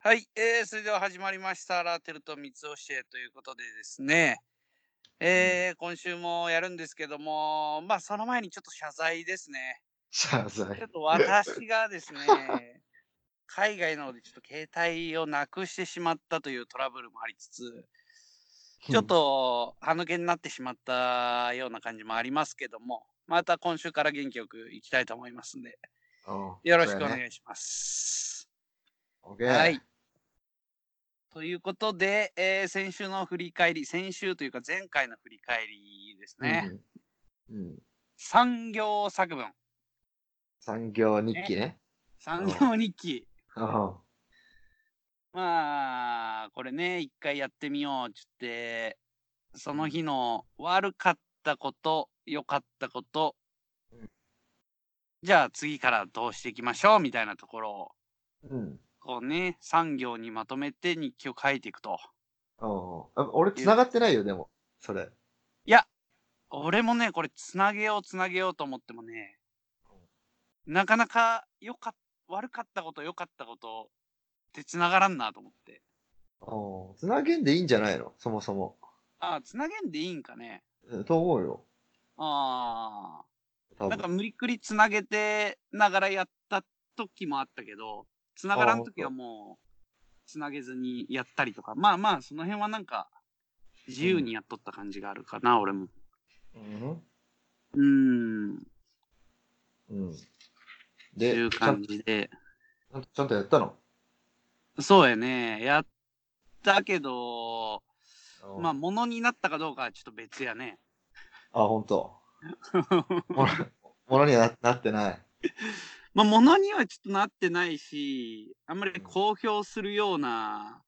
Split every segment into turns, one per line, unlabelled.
はい、えー、それでは始まりました。ラーテルと三つ教えということでですね、
うん。
えー、今週もやるんですけども、まあ、その前にちょっと謝罪ですね。
謝
ちょっ
罪。
と私がです ね、海外の方でちょっと携帯をなくしてしまったというトラブルもありつつ、
う
ちょっ
ん
と、歯抜けになってしまったような感じもありますけども、また今週から元気よくいきたいと思いますんで、
おう、
よろ
そ
し
うや
くお
ね。
願いします。
オッケ
は
ー。
い。ということで、えー先週の振り返り、先週というか前回の振り返りです
う
ね。
んうん。うん。
産業作文。
産業日記
ね。
ね。
産
うん。
業日記。
おう。
まあ、これね、一回やってみようっつって、そうの
ん。
日の悪かったこと、良かったこと、
うん
じゃあ次からどうしていきましょうみたいなところを、
うん
こうね、産業にまとめて日記を書いていくと
おう。あ俺
い
繋
う。
がってないよ、でも。それ。
いや、俺もね、これつなげようつなげようと思ってもね、なかなか良かっ悪かったこと良かったことってつながらんなと思って。
おう。繋げんでいいんじゃないのそもそも。
ああ、つなげんでいいんかね。
うんと思うよ。
ああ。
多
なんか
分。
無理くりつなげてながらやった時もあったけど、つな
あ
が
あ、
らん
ほん
時は
と。
もうつなげずにやったりとか、まあまあその辺はなんか自
う
由
ん。
にやっとった感じがあるかな、俺も。
うん。
うーん、
うん。
ちゅ
で、
う
ちゃん
感
と、
じで。
ちゃんとちゃんとやったの
そうやね。やったけど、まあ
おう。
物になったかどうかはちょっと別やね。
あ、ほ んと。もら、ものにはな、なってない。
まあ物にはちょっとなってないし、あんま
う
り
ん。
公表するような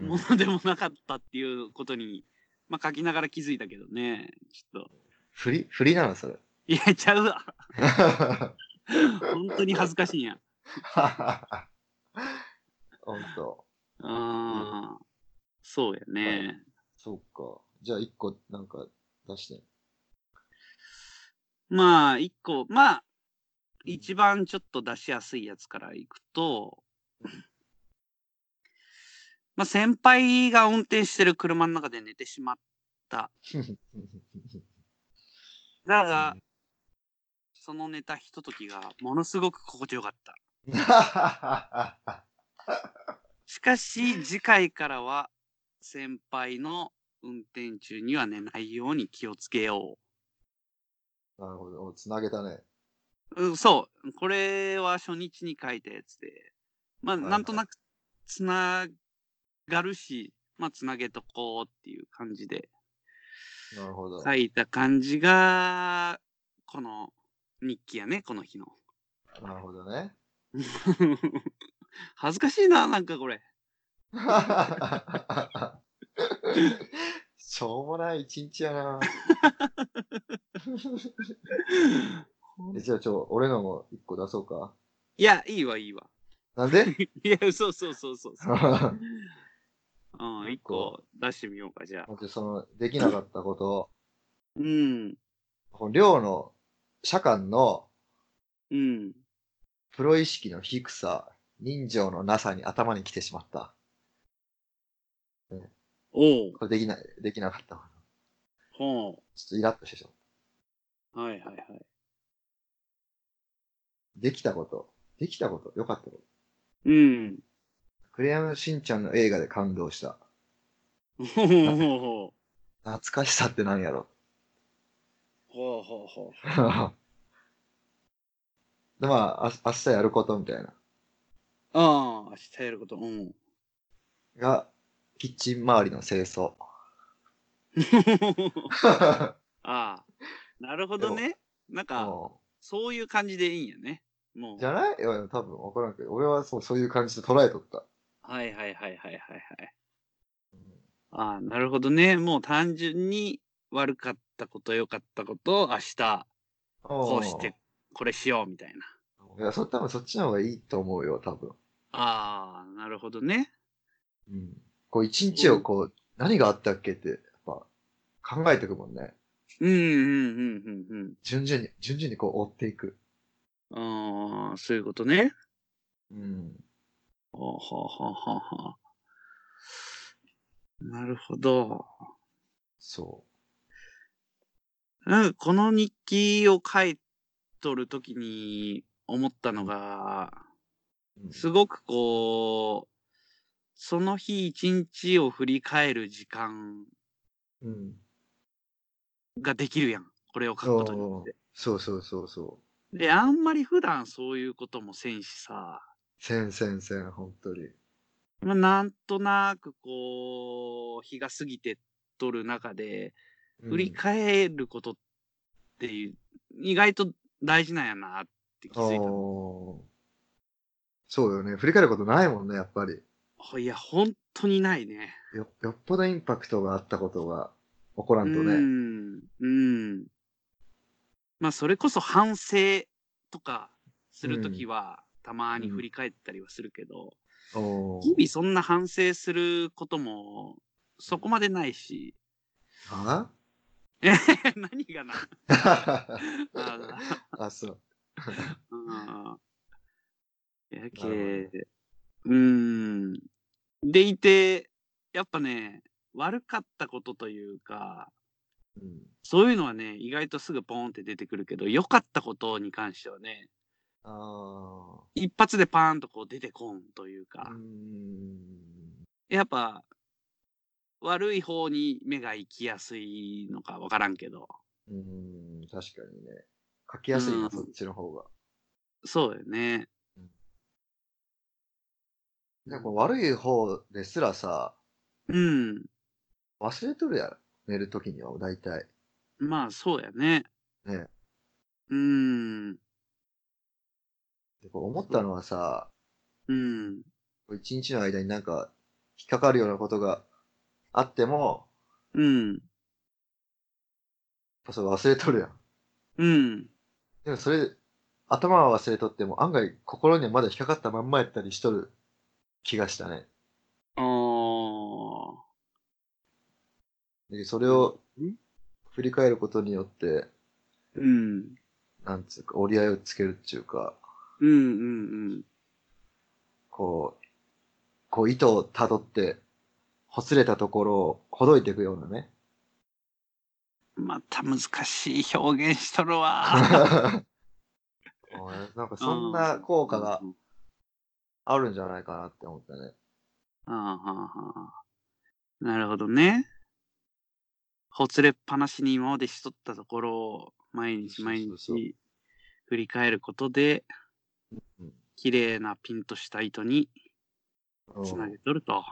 う
も
ん。
のでもなかったっていうことに、まあ、書きながら気づいたけどね、ちょっと。
振り、振りなの、それ。
いや、ちゃうわ。本当に恥ずかしいんや。
ほんと。
う
うん。
ーん、そうや
あ、
ね。
そうか。じゃあ、一個、なんか、出して。
まあ、一個、まあ、
うん。
一番ちょっと出しやすいやつからいくと、
うん
まあ、先輩が運転してる車の中で寝てしまった。だ
う
が、
ん
その寝たひとときがものすごく心地よかった。しかし、次回からは、先輩の運転中には寝ないように気をつけよ
なるほど。つなげたね。
う。うん、そう。これは初日に書いたやつで。まあ、
はいは。
なんとないくつながるし、まあ、つなげとこうっていう感じで
なるほ
書
ど。
いた感じが、この日記やね、この日の。
なるほどね。
恥ずかしいな、なんかこれ。
しょうもない一日やな。
ほ
え
ん
じゃあ、ちょ、俺のも一個出そうか。
いや、いいわ、いいわ。
なんで
いや、そうそうそうそうそう。
も
うん、
う一
一
個、
個出してみようか、じゃあ。
もしその、できなかったことを、
うん、
この寮の、社間の、
うん。
プロ意識の低さ、人情のなさに頭に来てしまった。うん
おう、
これできない、できなかったわ。
ほ
ちょっとイラッとしてしまった。
う。はいはいはい。
できたこと、できたこと、よかったこと。
うん。
クレヨンしんちゃんの映画で感動した。
ほうほ
な、
うほう。
懐かしさって何やろ。
ほうほうほうほう。
で、まあ、あ、明日やることみたいな。
ああ、明日やること。うん。
が、キッチン周りの清掃。
ああ、なるほ
で
ど
も、
ね。なんか、
も
そういう感じでいいんやね。
う、じ
も
ゃないよ、多分わからんけど、俺はそう、そういう感じで捉えとった。
う。はいはいはいはいはいはい。
うん
ああ、なるほどね。もう単純に悪かったこと、良かったことを明日、こうし
お
て、これしようみたいな。
いや、そ、多分そっちの方がいいと思うよ、多分。
ああ、なるほどね。
うん。こう、一日
う
を
ん、
こう、何があったっけって、やっぱ、考えていくもんね。
うん、うん、うん、うん。
順々に、順々にこう、追っていく。
ああ、そういうことね。
うん。
ほうほうほうほうほう。なるほど。
そ
なんかこの日記を書いとるときに思ったのが、
う。うん
すごくこう、その日一日を振り返る時間
うん。
ができるやん。これを書くことによって。
そうそうそうそう。
で、あんまり普段そういうこともせんしさ、
せんせんせん、本当に。
まあ、なんとなくこう、日が過ぎてっとる中で、
うん
振り返ることっていう、意外と大事なんやなって気づいたの
おーそうよね。振り返ることないもんね、やっぱり。
ほ。いや、本当にないね。
よよっぽどインパクトがあったことが起こら
うん
とね。
ん。うん。まあ、それこそ反省とかするときは、たまに振り返ったりはするけど、
おー
日々そんな反省することも、そこまでないし、
あ
何が な。 あー
あ、そう。
うんやけ
なる
ー、うーん。でいて、やっぱね、悪かったことというか、
うん、
そういうのはね、意外とすぐポーンって出てくるけど、良かったことに関してはね、
あ
一発でパーンとこう出てこんという
あ。
か
う、ん。
やっぱ、悪い方に目が行きやすいのかわからんけど、
うん、確かにね。書きやすいな、
うん
そっちの方が。
そうよね。
でも悪い方ですらさ、
うん。
忘れとるやろ。寝るときには、大体。
まあ、そうやね。
ね。
うーん。
でこう思ったのはさ、
うん。
こう一日の間になんか、引っかかるようなことがあっても、
うん。
やっぱそれ忘れとるやん。
うん。
でもそれ、頭は忘れとっても、案外心にはまだ引っかかったまんまやったりしとる気がしたね。
あー。
でそれを振り返ることによって、
うん。
なんつうか、折り合いをつけるっていうか、
うんうんうん。
こう、こう糸をたどって、ほつれたところをほどいていくようなね。
また難しい表現しとるわ。
こうなんか そんな効果が
うん
あるんじゃないかなって思ったね。
あーはーはーなるほどね。ほつれっぱなしに今までしとったところを毎日毎
そうそうそう
日振り返ることで
うん、
綺麗なピンとした糸に
うん
つなげとると。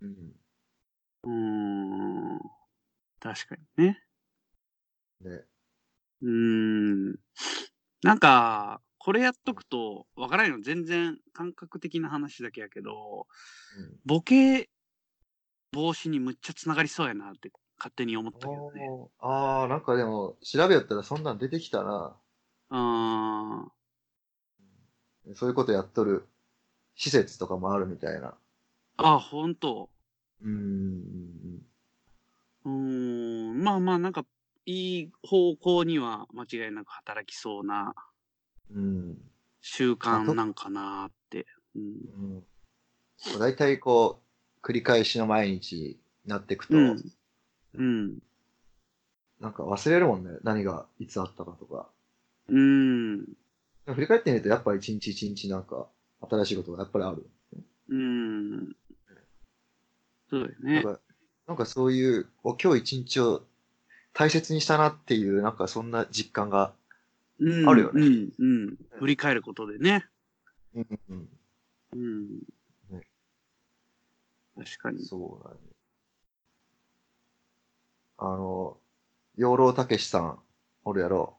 うん
うーん。確かにね。
ね、
うーんなんか、これやっとくと、わからんよ。全然感覚的な話だけやけど、
うん
ボケ防止にむっちゃつながりそうやなって勝手に思ったけどね。
おーあー、なんかでも、調べよったらそんなん出てきたな。
あ
そういうことやっとる施設とかもあるみたいな。
あ、ほんと。
うーん。
うーん、まあまあ、なんか、いい方向には間違いなく働きそうな
うん。
習慣なんかなって。うん
うん、大体こう、繰り返しの毎日になっていくと、
うん。うん。
なんか忘れるもんね。何がいつあったかとか。
うん。
でも振り返ってみると、やっぱ一日一日なんか、新しいことがやっぱりある。
うん。そうだよ
なん
ね。
か、なんかそういう、こう今日一日を大切にしたなっていう、なんかそんな実感が、
うん
あるよね
うん、うん。振り返ることでね。
うんうん
うん。
ね
確かに。
そうだね。あの、養老たけしさん、おるやろ。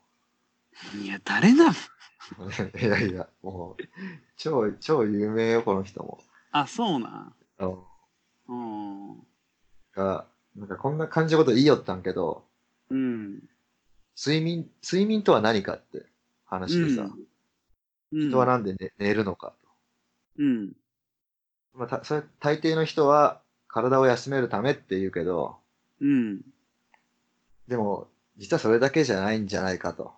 いや、誰なの
いやいや、もう、超、超有名よ、この人も。
あ、そうなん。
あの
うん。
が、なんかこんな感じのこと言いよったんけど、
うん。
睡眠、睡眠とは何かって話でさ、
うん。
人はなんで寝寝るのか
うん。
と。まあ、たそれ大抵の人は体を休めるためって言うけど、
うん。
でも、実はそれだけじゃないんじゃないかと。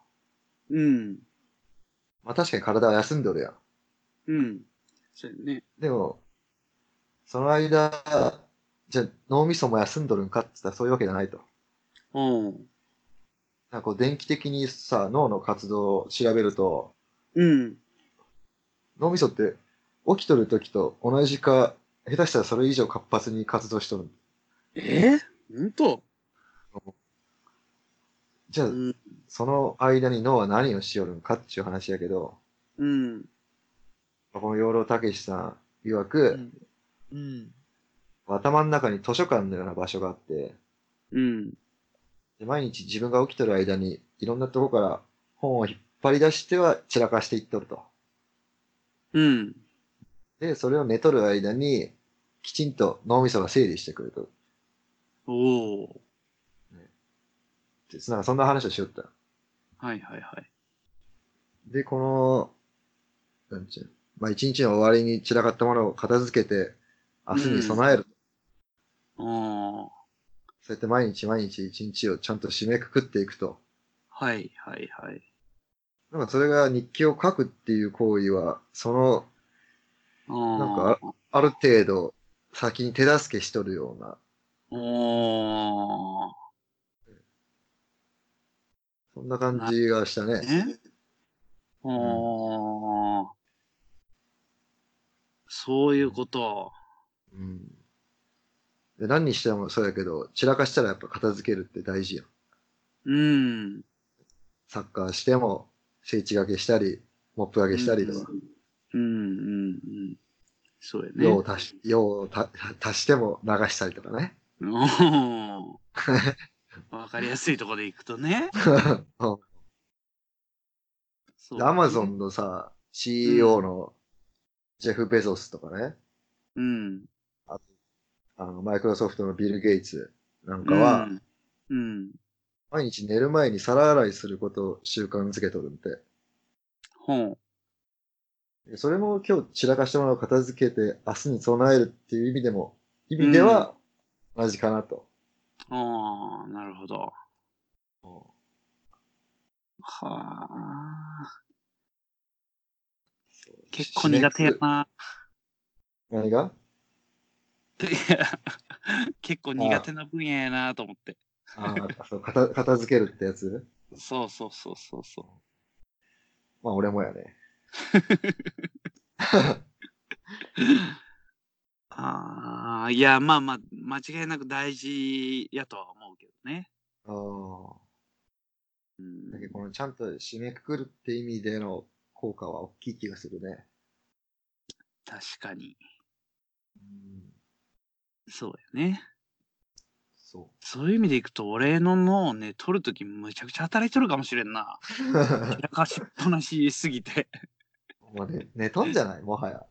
うん。
まあ確かに体は休んどるやん。
うん。そうやね。
でも、その間、じゃあ脳みそも休んどるんかって言ったらそういうわけじゃないと。
うん。
なんかこう電気的にさ、脳の活動を調べると、
うん。
脳みそって起きとる時と同じか、下手したらそれ以上活発に活動しとる。
えほんと
じゃあ、
うん。
その間に脳は何をしよるんかっていう話やけど、
うん。
この養老たけしさん曰く、
うん。
頭の中に図書館のような場所があって、
うん。
で毎日自分が起きてる間にいろんなとこから本を引っ張り出しては散らかしていっとると。
うん。
で、それを寝とる間にきちんと脳みそが整理してくれと。
おお。
でなんかそんな話をしよった。
はいはいはい。
で、この、なんちゅう、まあ一日の終わりに散らかったものを片付けて明日に備える。
あ
そうやって毎日毎日一日をちゃんと締めくくっていくと。
あ。はいはいはい。
なんかそれが日記を書くっていう行為は、その
な
なんか、ある程度先に手助けしとるような、
おー。
そんな感じがしたね。
えおー。そういうこと。
うん、で何にしてもそうやけど、散らかしたらやっぱ片付けるって大事やん。
うん。
サッカーしても、整地掛けしたり、モップ掛けしたりとか、
うんうんうん。そうやね。
用を足し、用をた足しても流したりとかね。
おーわかりやすいとこで行くとね。そう
アマゾ。ンのさ、CEO のジェフ・ベゾスとかね、
うん。
あの、マイクロソフトのビル・ゲイツなんかは、
うん、うん。
毎日寝る前に皿洗いすることを習慣づけとるんで。
ほう。
それも今日散らかしたものを片付けて明日に備えるっていう意味でも、意味では同じかなと。
ああ、なるほど。はあ。結構苦手やな。
何が
いや結構苦手な分野やなと思って。
あ あ、そう片、片付けるってやつ
そうそうそうそうそう。
まあ俺もやね。
ああ、いや、まあまあ、間違いなく大事やとは思うけどね。
ああ。
うん
だけどこのちゃんと締めくくるって意味での効果は大きい気がするね。
確かに。そうやね。
そ
そういう意味でいくと、俺の脳ね、取るときむちゃくちゃ働いてるかもしれんな。
う。
散らかしっぱなしすぎ て。
もうね、寝とんじゃないもはや。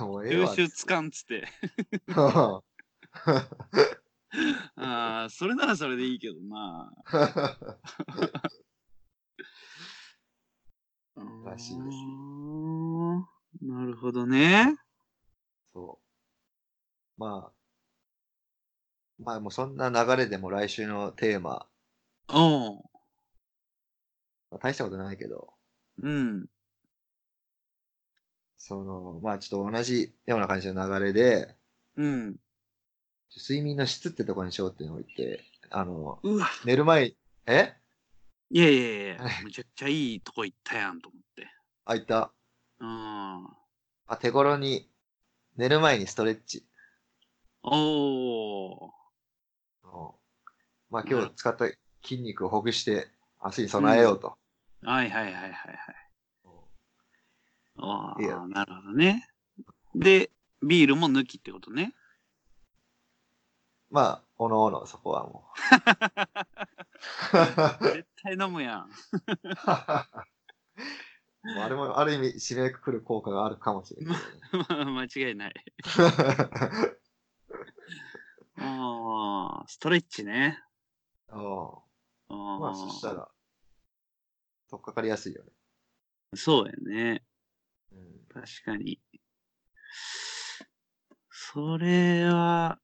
もうええ
優
わ。
秀つかんっつって。 ああ、それならそれでいいけどな。
らしい
す。
です
なるほどね。
そう。まあ、まあもうそんな流れでも来週のテーマ、
おう。
まあ、大したことないけど、
うん。
その、まあちょっと同じような感じの流れで、
うん。
睡眠の質ってとこにしようっていうのを言って、あの、
うわ。
寝る前、え
いやいやいや
は、
むちゃくちゃいいとこ行ったやんと思って。
あ、いた。
うん。
あ、手頃に、寝る前にストレッチ。
おー。
うんまあ今日使った筋肉をほぐして、明日に備えようと。
はいはいはいはいはい。あ
いいよ
あ、なるほどね。で、ビールも抜きってことね。
まあ、おのおの、そこはもう。
絶対飲むやん。
もうあれも、ある意味、締めくくる効果があるかもしれない
間違いない。
けどね。
ああ、ストレッチね。
う
あ
んまあ、そした
あ、
ら、とっかかりやすいよね。
そうやね。
うん
確かに。それは、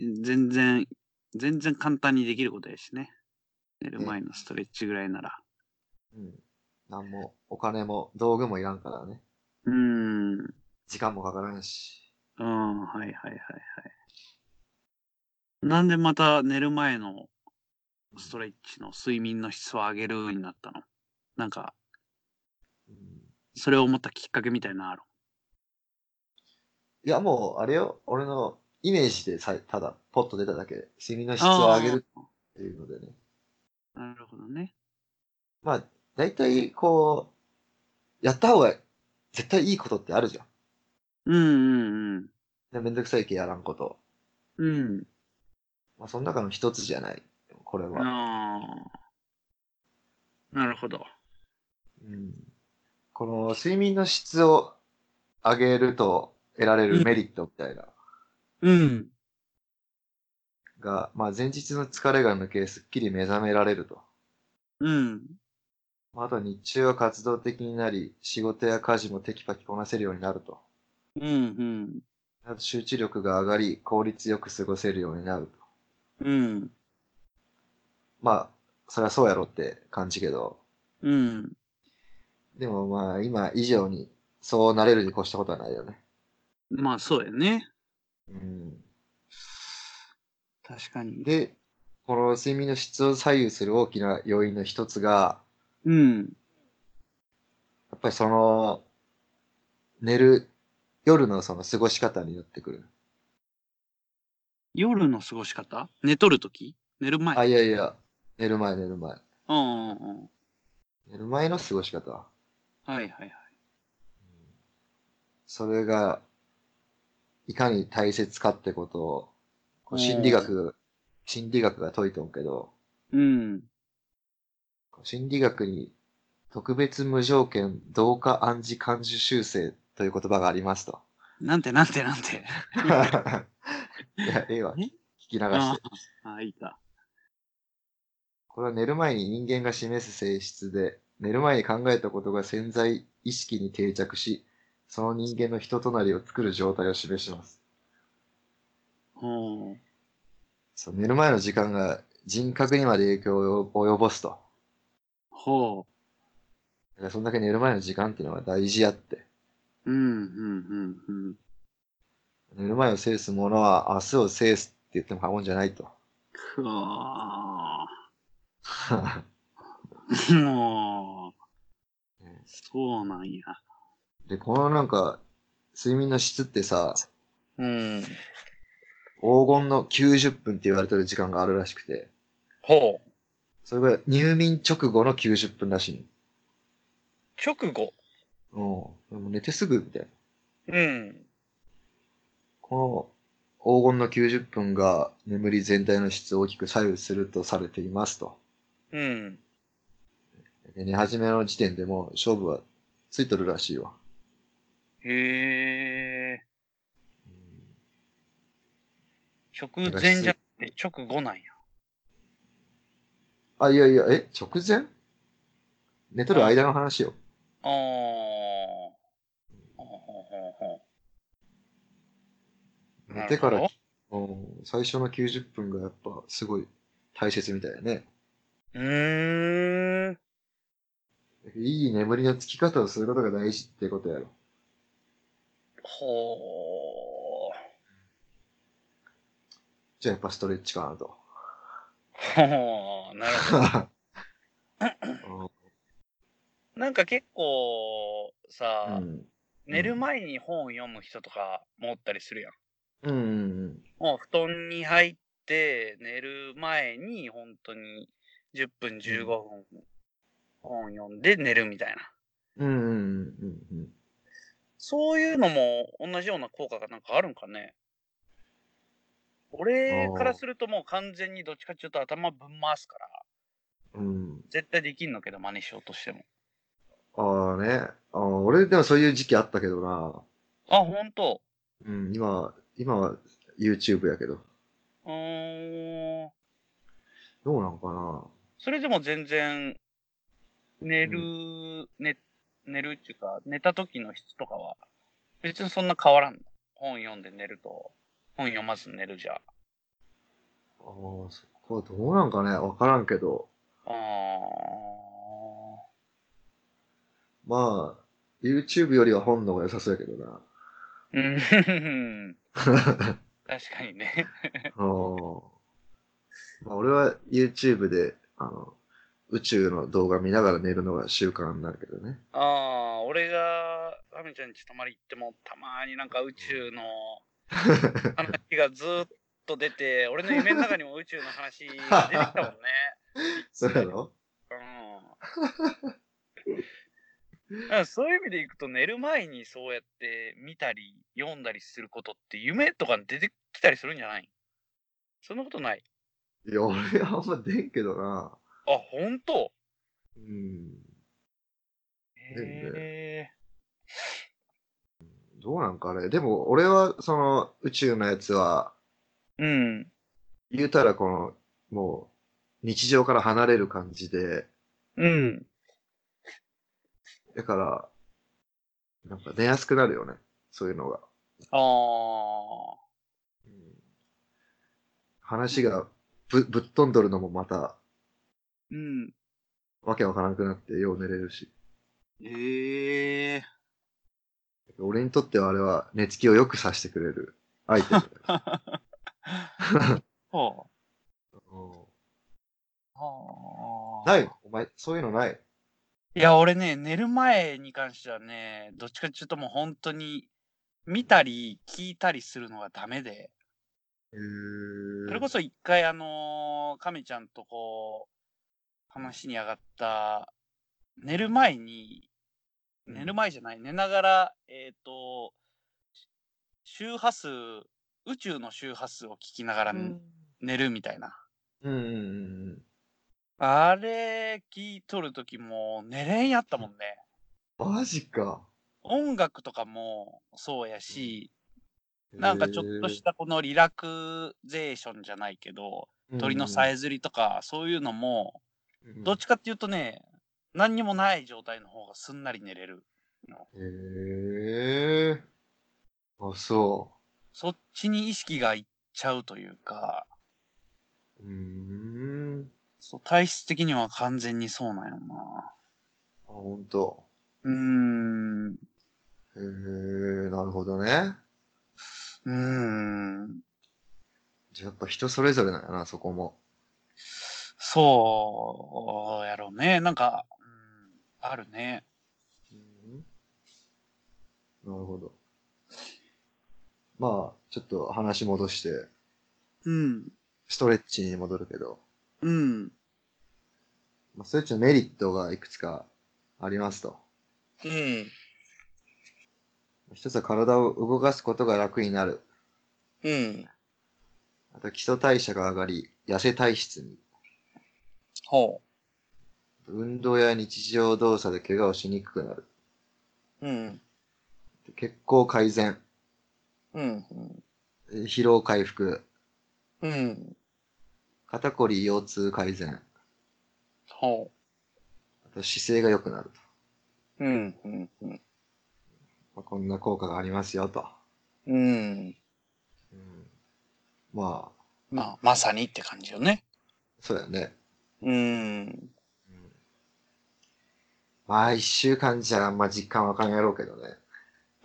全然、全然簡単にできることやしね。寝る前のストレッチぐらいなら。
うん。なんも、お金も、道具もいらんからね。
うーん。
時間もかからんし。
うん、はいはいはいはい。なんでまた寝る前のストレッチの睡眠の質を上げるようになったのなんか、
うん
それを思ったきっかけみたいなのある。
いや、もう、あれよ、俺のイメージでさ、ただ、ポッと出ただけで、睡眠の質を上げるっていうのでね。
あー。なるほどね。
まあ、大体、こう、やった方が絶対いいことってあるじゃん
うんうんうん。
で。めんどくさいけやらんこと。
うん。
まあ、その中の一つじゃない。これは。
ああ。なるほど。
うん、この、睡眠の質を上げると得られるメリットみたいな。
うん。
が、まあ、前日の疲れが抜け、すっきり目覚められると。
うん。
まあ、あとは日中は活動的になり、仕事や家事もテキパキこなせるようになると。
うん
あと集中力が上がり、効率よく過ごせるようになると。
うん。うん。
まあ、そりゃそうやろって感じけど、
うん。
でもまあ、今以上に、そうなれるに越したことはないよね。
まあそうやね。
うん。
確かに。
で、この睡眠の質を左右する大きな要因の一つが、
うん。
やっぱりその、寝る、夜のその過ごし方になってくる。
夜の過ごし方寝とるとき寝る前。
あ、いやいや、寝る前寝る前。
うんうんうん。
寝る前の過ごし方。
はいはいはい。
それが、いかに大切かってことを、こう心理学、心理学が解いとんけど、
うん。
こう心理学に特別無条件同化暗示感受修正という言葉がありますと。
なんてなんてなんて。
いや、ええわ。
え
聞き流し
あ
て。
あ、いいか。
これは寝る前に人間が示す性質で、寝る前に考えたことが潜在意識に定着し、その人間の人となりを作る状態を示します。
ほう。
そう寝る前の時間が人格にまで影響を及ぼすと。
ほ
だからそんだけ寝る前の時間っていうのは大事やって。
う。うんうんうんうん。
寝る前を制すものは明日を制すって言っても過言じゃないと。
くわー。もう
ね。
そうなんや。
で、このなんか、睡眠の質ってさ、
うん。
黄金の90分って言われてる時間があるらしくて、
ほう。
それが入眠直後の90分らしい
直後。
の。うん。でも寝てすぐみたいな。
うん。
この黄金の90分が眠り全体の質を大きく左右するとされていますと。
うん。
で寝始めの時点でもう勝負はついとるらしいわ。
へえ。直
前じゃ
なくて直後なんや。
あ、いやいや、え、直前寝とる間の話よ。
あーあー。
寝てか
なる、
らうん最初の90分がやっぱすごい大切みたいだね。
ほどうーん。
いい眠りのつき方をすることが大事ってことやろ。
ほー
じゃあやっぱストレッチかなと。
ほ ーなるほど。なんか結構さ、
うん
寝る前に本を読む人とかもおったりするやん。
うんうん
もう布団に入って寝る前に本当に10分15分本読んで寝るみたいな。
うんうんうんうんうん
そういうのも同じような効果がなんかあるんかね。俺からするともう完全にどっちかっていうと頭ぶん回すから、
うん
絶対できんのけど真似しようとしても。
ああね。あー俺でもそういう時期あったけどな。
あ、ほんと
うん、今、今は YouTube やけど。
うーん。
どうなんかな。
それでも全然、寝る、寝、寝るっていうか、寝た時の質とかは、別にそんな変わらんの。本読んで寝ると、本読まず寝るじゃ。
ああ、そこはどうなんかね。わからんけど。
あ
まあ、YouTube よりは本の方が良さそうやけどな。
ー。うん。確かにね。
おまあ、俺は YouTube で、あの、宇宙の動画見ながら寝るのが習慣になるけどね。
ああ、俺が、ラミちゃんち泊まり行っても、たまになんか宇宙の話がずーっと出て、俺の夢の中にも宇宙の話出てきたもんね。
そうやろ
うん だからそういう意味でいくと寝る前にそうやって見たり読んだりすることって夢とかに出てきたりするんじゃないそんなことない。
いや、俺はあんま出んけどな。
あ、ほんと
うん。
へえ。
どうなんかあれ。でも、俺は、その、宇宙のやつは、
うん。
言うたらこの、もう、日常から離れる感じで、
うん。
だから、なんか寝やすくなるよね。そういうのが。
ああ。
話がぶぶっ飛んどるのもまた、
うん。
わけわからなくなってよう寝れるし。
ええ。
俺にとってはあれは寝つきをよくさせてくれるアイテムだよ。
は
う
あ。は
ん
あ。
ないお前、そういうのない。
いや、俺ね、寝る前に関してはね、どっちかっていうともう本当に、見たり聞いたりするのがダメで、
へ
それこそ一回あのー、亀ちゃんとこう、話に上がった、寝る前に、
うん
寝る前じゃない、寝ながら、えっ、と、周波数、宇宙の周波数を聞きながら
うん
寝るみたいな。
うんうんうん。
あれ、聞いとるときもう寝れんやったもんね。
マジか。
音楽とかもそうやし、なんかちょっとしたこのリラクゼーションじゃないけど、
た
鳥のさえずりとかそういうのも、どっちかっていうとね、何にもない状態の方がすんなり寝れる。
へえ。あ、そ
そっちに意識がいっちゃうというか、
う。うーん。
そう体質的には完全にそうなんやな。
あ、ほんと。
うーん、う
へえ、なるほどね。
ーん、
じゃあやっぱ人それぞれなんやな、そこも。
そうやろうね。なんか、うん、あるね。
なるほど。まあ、ちょっと話戻して、
うん、
ストレッチに戻るけど、
うん、
まあ、ストレッチのメリットがいくつかありますと。
うん、
一つは体を動かすことが楽になる。
うん。
あと基礎代謝が上がり、痩せ体質に。
ほ
運動や日常動作で怪我をしにくくなる。
う。うん。
血行改善、
うん。
え疲労回復、
うん。
肩こり腰痛改善、
ほ
あと姿勢が良くなると。
う。うん。うん。うん
まあ、こんな効果がありますよと。
うん。
うん、まあ、
まあ、まさにって感じよね。
そうだよね。
うん。
まあ、一週間じゃあんま実感わかんやろうけどね。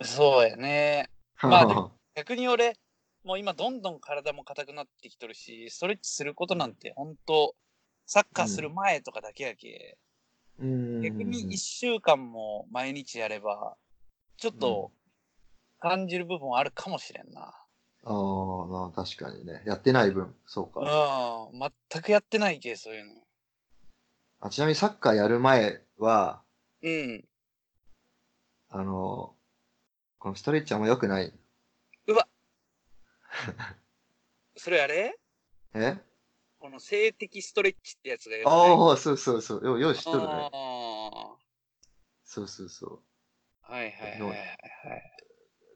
そうやね。まあ で
うん
逆に俺、もう今どんどん体も硬くなってきとるし、ストレッチすることなんて本当サッカーする前とかだけやけ。
うんうん
逆に一週間も毎日やれば、ちょっと感じる部分はあるかもしれんな。
ああ、まあ確かにね。やってない分、そうか。
うん。全くやってないけ、そういうの。
あちなみにサッカーやる前は、
うん。
あの、このストレッチあんま良くない。
それあれ
え
この性的ストレッチってやつがよくない
ああ、そうそうそう。よう、よう知っとるね。
あ
そうそうそう。
ーはいはいはいはい。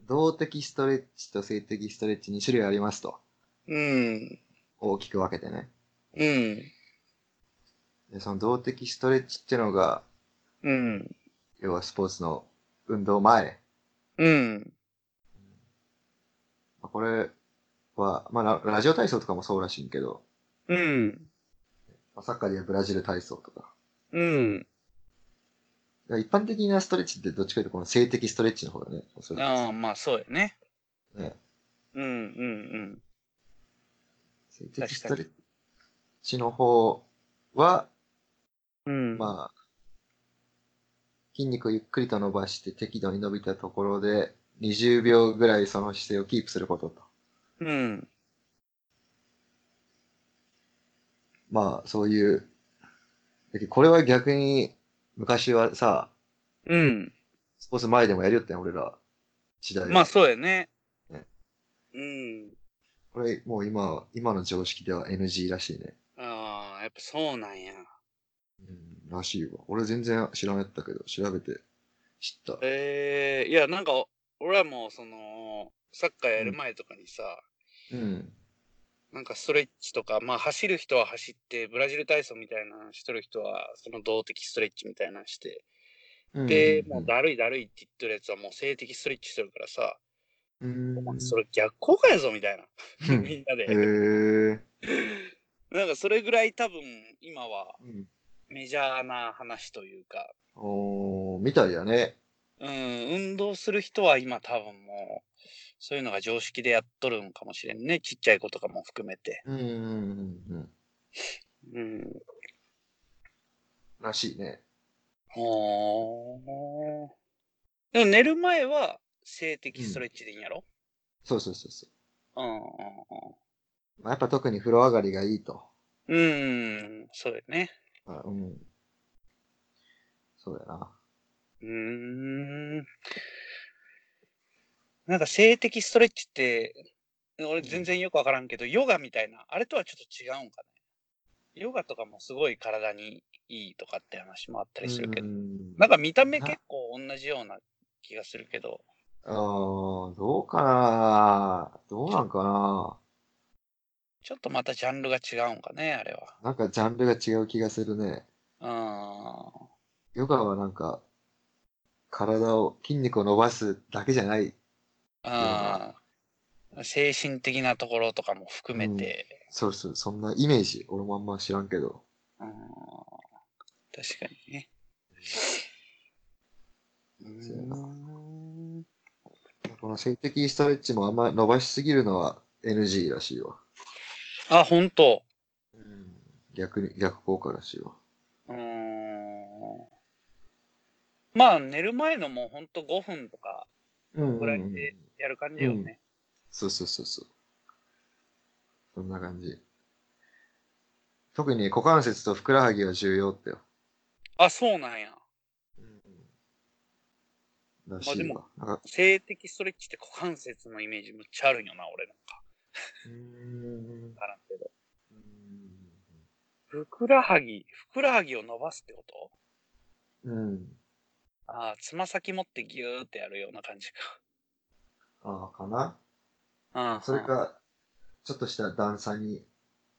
動的ストレッチと性的ストレッチ2種類ありますと。
うん。
大きく分けてね。
うん。
でその動的ストレッチってのが、
うん。
要はスポーツの運動前。
うん。
まあこれは、まあラ、ラジオ体操とかもそうらしいんけど、
うん。
まあサッカーでいうブラジル体操とか。
うん。
一般的なストレッチってどっちかというとこの性的ストレッチの方だね。おそらく
ああ、まあそうやね。
ね。
うんうん
製鉄ストレッチの方は、
うん。うん。
まあ、筋肉をゆっくりと伸ばして適度に伸びたところで、20秒ぐらいその姿勢をキープすることと。
うん。
まあ、そういう。だけどこれは逆に、昔はさ、
うん。
スポーツ前でもやりよったん、俺ら。時代は
まあ、そうやね
ね。
うん。
これ、もう今、今の常識では NG らしいね。
ああ、やっぱそうなんや。
うん、らしいわ。俺全然知らなかったけど、調べて知った。
ええいや、なんか、俺はもう、その、サッカーやる前とかにさ、
うん。
なんかストレッチとか、まあ走る人は走って、ブラジル体操みたいなのしとる人は、その動的ストレッチみたいなのして、
うん
で、もうだるいだるいって言ってるやつはもう性的ストレッチしてるからさ、
うん。
お前それ逆効果やぞみたいな、
うん
みんな
へえ
で。なんかそれぐらい多分今は
うん。
メジャーな話というか、
おー、みたいだね。
うん、運動する人は今多分もう、そういうのが常識でやっとるんかもしれんね。ちっちゃい子とかも含めて。
うん、うん、うん。うん
うん。
らしいね。
ほー。でも寝る前は性的ストレッチでいいんやろ、
そうそうそうそ
うん、うん
う。まあ、やっぱ特に風呂上がりがいいと。
うん、うん。そうだよね。
あうん。そうだな。
うーん。なんか性的ストレッチって、俺全然よくわからんけど、ヨガみたいな、あれとはちょっと違うんかね。ヨガとかもすごい体にいいとかって話もあったりするけど、
うん
なんか見た目結構同じような気がするけど、
あー、どうかなどうなんかな
ちょっとまたジャンルが違うんかね、あれは。
なんかジャンルが違う気がするね。
うん。
ヨガはなんか、体を、筋肉を伸ばすだけじゃない。
ああ、精神的なところとかも含めて、
そうそう、そんなイメージ。俺もあんま知らんけど。
うん、確かにね。う
そうやなんこの性的ストレッチもあんま伸ばしすぎるのは NG らしいわ。
あ、本当。
うん、逆に、逆効果らしいわ。
うん。まあ、寝る前のも本当5分とか
うん
ぐらいでやる感じよね。
そうそうそうそう。そんな感じ。特に股関節とふくらはぎは重要ってよ。
あ、そうなんや。
らしいわ。なんか
性的ストレッチって股関節のイメージむっちゃあるんよな、俺なんか。
うーん
わからんけど。
うーん
ふくらはぎ、ふくらはぎを伸ばすってこと
うん。
ああ、つま先持ってギューってやるような感じか。
ああ、かな。
ああ
それ。か、ちょっとした段差に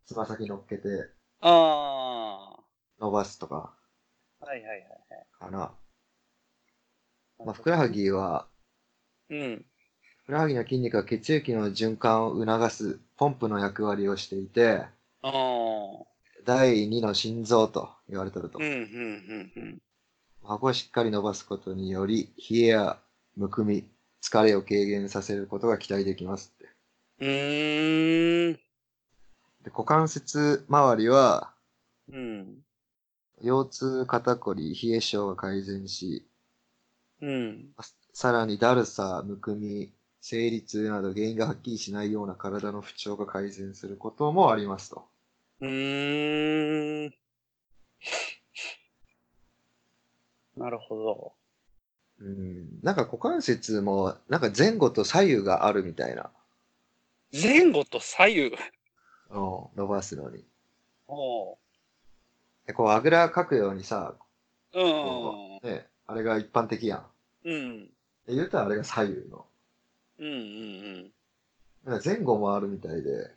つま先乗っけて
ああ。は
伸ばすとか、
いはいはい。
かな。まあ、ふくらはぎは、
うん。
ふくらはぎの筋肉は血液の循環を促すポンプの役割をしていて、
ああ。
第2の心臓と言われてると
うん、う。ん、うん、
顎をしっかり伸ばすことにより、冷えやむくみ、疲れを軽減させることが期待できますって。
うん。うーん。
で股関節周りは、
うん。
腰痛、肩こり、冷え症が改善し、
うん。
さらにだるさ、むくみ、生理痛など原因がはっきりしないような体の不調が改善することもありますと。
うーん。なるほど。
うん。なんか股関節も、なんか前後と左右があるみたいな。
前後と左右。
うん。伸ばすのに。
おう。
でこう、あぐらかくようにさ、
うん。
ね、あれが一般的やん。
うん。
で言うたらあれが左右の。
うん、うん、うん。
なんか前後もあるみたいで、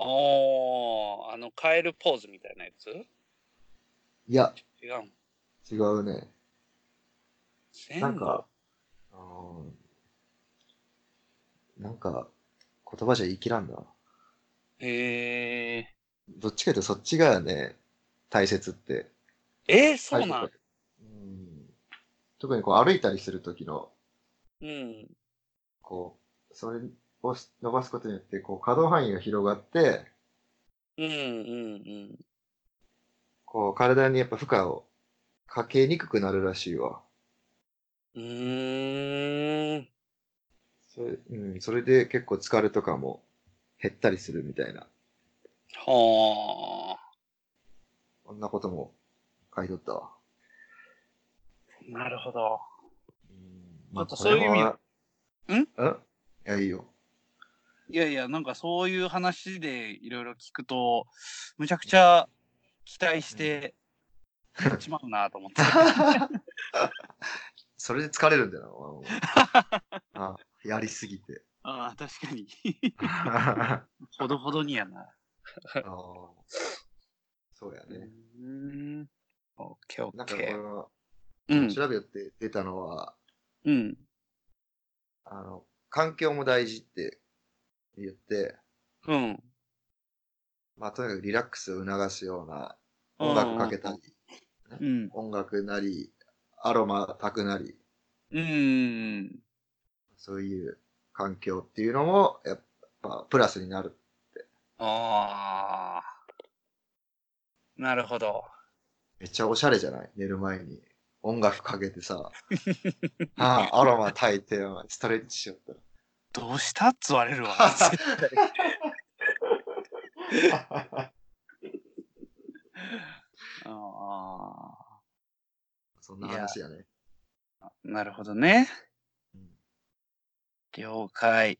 おー、あの、カエルポーズみたいなやつ
いや、
違うん。
違うね。
前
なん
後
か。、うんなんか、言葉じゃ言い切らんな。
へえ。
どっちかというとそっちがね、大切って。
えー、そうなん。
うん特にこう歩いたりするときの、
うん。
こう、それを伸ばすことによって、こう、可動範囲が広がって、
うんうん
こう、体にやっぱ負荷をかけにくくなるらしいわ。
うん。うーん。
それ,、うん、それで結構疲れとかも減ったりするみたいな、
はあ。
こんなことも書いとったわ。
なるほど。
うん
ちょっとそういう意味
これはんいや、いいよ。
いやいや、なんかそういう話でいろいろ聞くと、むちゃくちゃ期待して、やっちまうなと思 って。
それで疲れるんだよ な。あやりすぎて。
ああ、確かに。
あ
ほどほどにやな。
ーそうや
う
ね。
ん。オッケーオ
な
ッ
んか
ケ
これ
ー。
は、
うん。
調べよって出たのは、
うん。
あの、環境も大事って言って、
うん。
まあ、とにかくリラックスを促すような音楽かけたり、
うん。
音楽なり、アロマ炊くなり、
うん。
そういう環境っていうのも、やっぱプラスになる。
ああ。なるほど。
めっちゃおしゃれじゃない寝る前に。音楽かけてさ、ああ、アロマ炊いて、ストレッチしよったら。
どうしたっつわれるわ。 あ
そんな話やね。
あ。なるほどね。了解。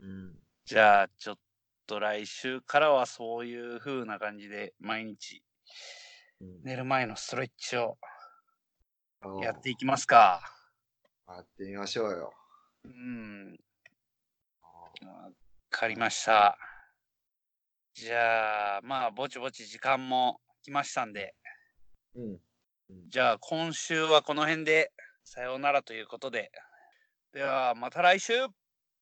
うん。
じゃあ、ちょっと来週からはそういう風な感じで、毎日
うん
寝る前のストレッチを
そう
やっていきますか。
やってみましょうよ。
うん。わかりました。じゃあ、まあ、ぼちぼち時間も来ましたんで、
うん。
じゃあ今週はこの辺でさようならということで。ではまた来週